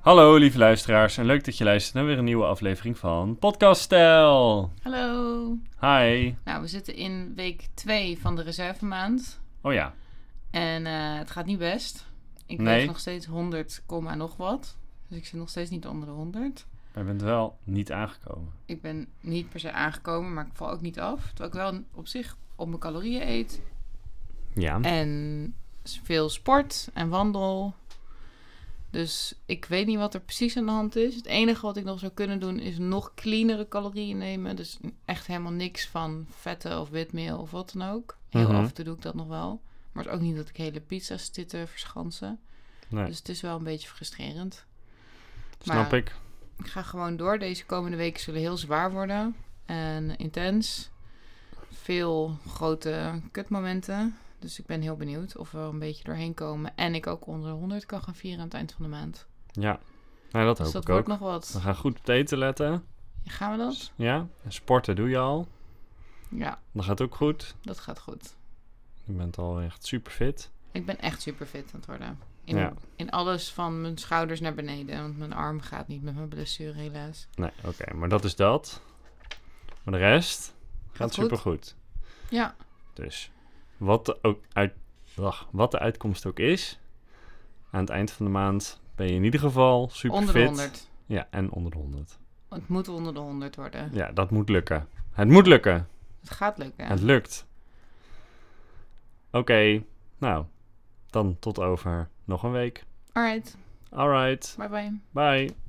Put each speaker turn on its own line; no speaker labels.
Hallo lieve luisteraars en leuk dat je luistert naar weer een nieuwe aflevering van Podcast Stijl.
Hallo.
Hi.
Nou, we zitten in week 2 van de reservemaand.
Oh ja,
En eh, het gaat niet best. Ik
Nee.
weeg nog steeds 100, komma nog wat. Dus ik zit nog steeds niet onder de 100.
maar je bent wel niet aangekomen.
Ik ben niet per se aangekomen, maar ik val ook niet af. Terwijl ik wel op zich op mijn calorieën eet. Eh,
Ja.
En s- veel sport en wandel. Dus ik weet niet wat er precies aan de hand is. Het enige wat ik nog zou kunnen doen is nog cleanere calorieën nemen. Dus echt helemaal niks van vetten of witmeel of wat dan ook. Heel
Mhm.
af en toe doe ik dat nog wel. Maar het is ook niet dat ik hele pizza's zit te verschansen.
Nee.
Dus het is wel een beetje frustrerend.
Snap ik.
Ik ga gewoon door. Deze komende weken zullen heel zwaar worden. En intens. Veel grote kutmomenten. Dus ik ben heel benieuwd of we er een beetje doorheen komen. En ik ook onder de 100 kan gaan vieren aan het eind van de maand.
Ja. Nou, dat
dus
hoop
dat
ik ook.
wordt nog wat.
We gaan goed op het eten letten.
Gaan we dat?
Ja. En sporten doe je al.
Ja,
Dat gaat ook goed.
dat gaat goed.
Je bent al echt super fit.
Ik ben echt super fit aan het worden. In,
Ja.
in alles van mijn schouders naar beneden. Want mijn arm gaat niet met mijn blessure helaas.
Nee, oké. Maar dat is dat. Maar de rest gaat,
Gaat goed.
super goed.
Ja,
Dus wat de, ook uit, ach, wat de uitkomst ook is, aan het eind van de maand ben je in ieder geval super
onder de
fit.
100.
Ja, en onder de 100.
Het moet onder de 100 worden.
Ja, dat moet lukken. Het moet lukken.
Het gaat lukken.
Het lukt. Oké, nou, dan tot over nog een week.
Alright,
Alright,
bye bye.
bye.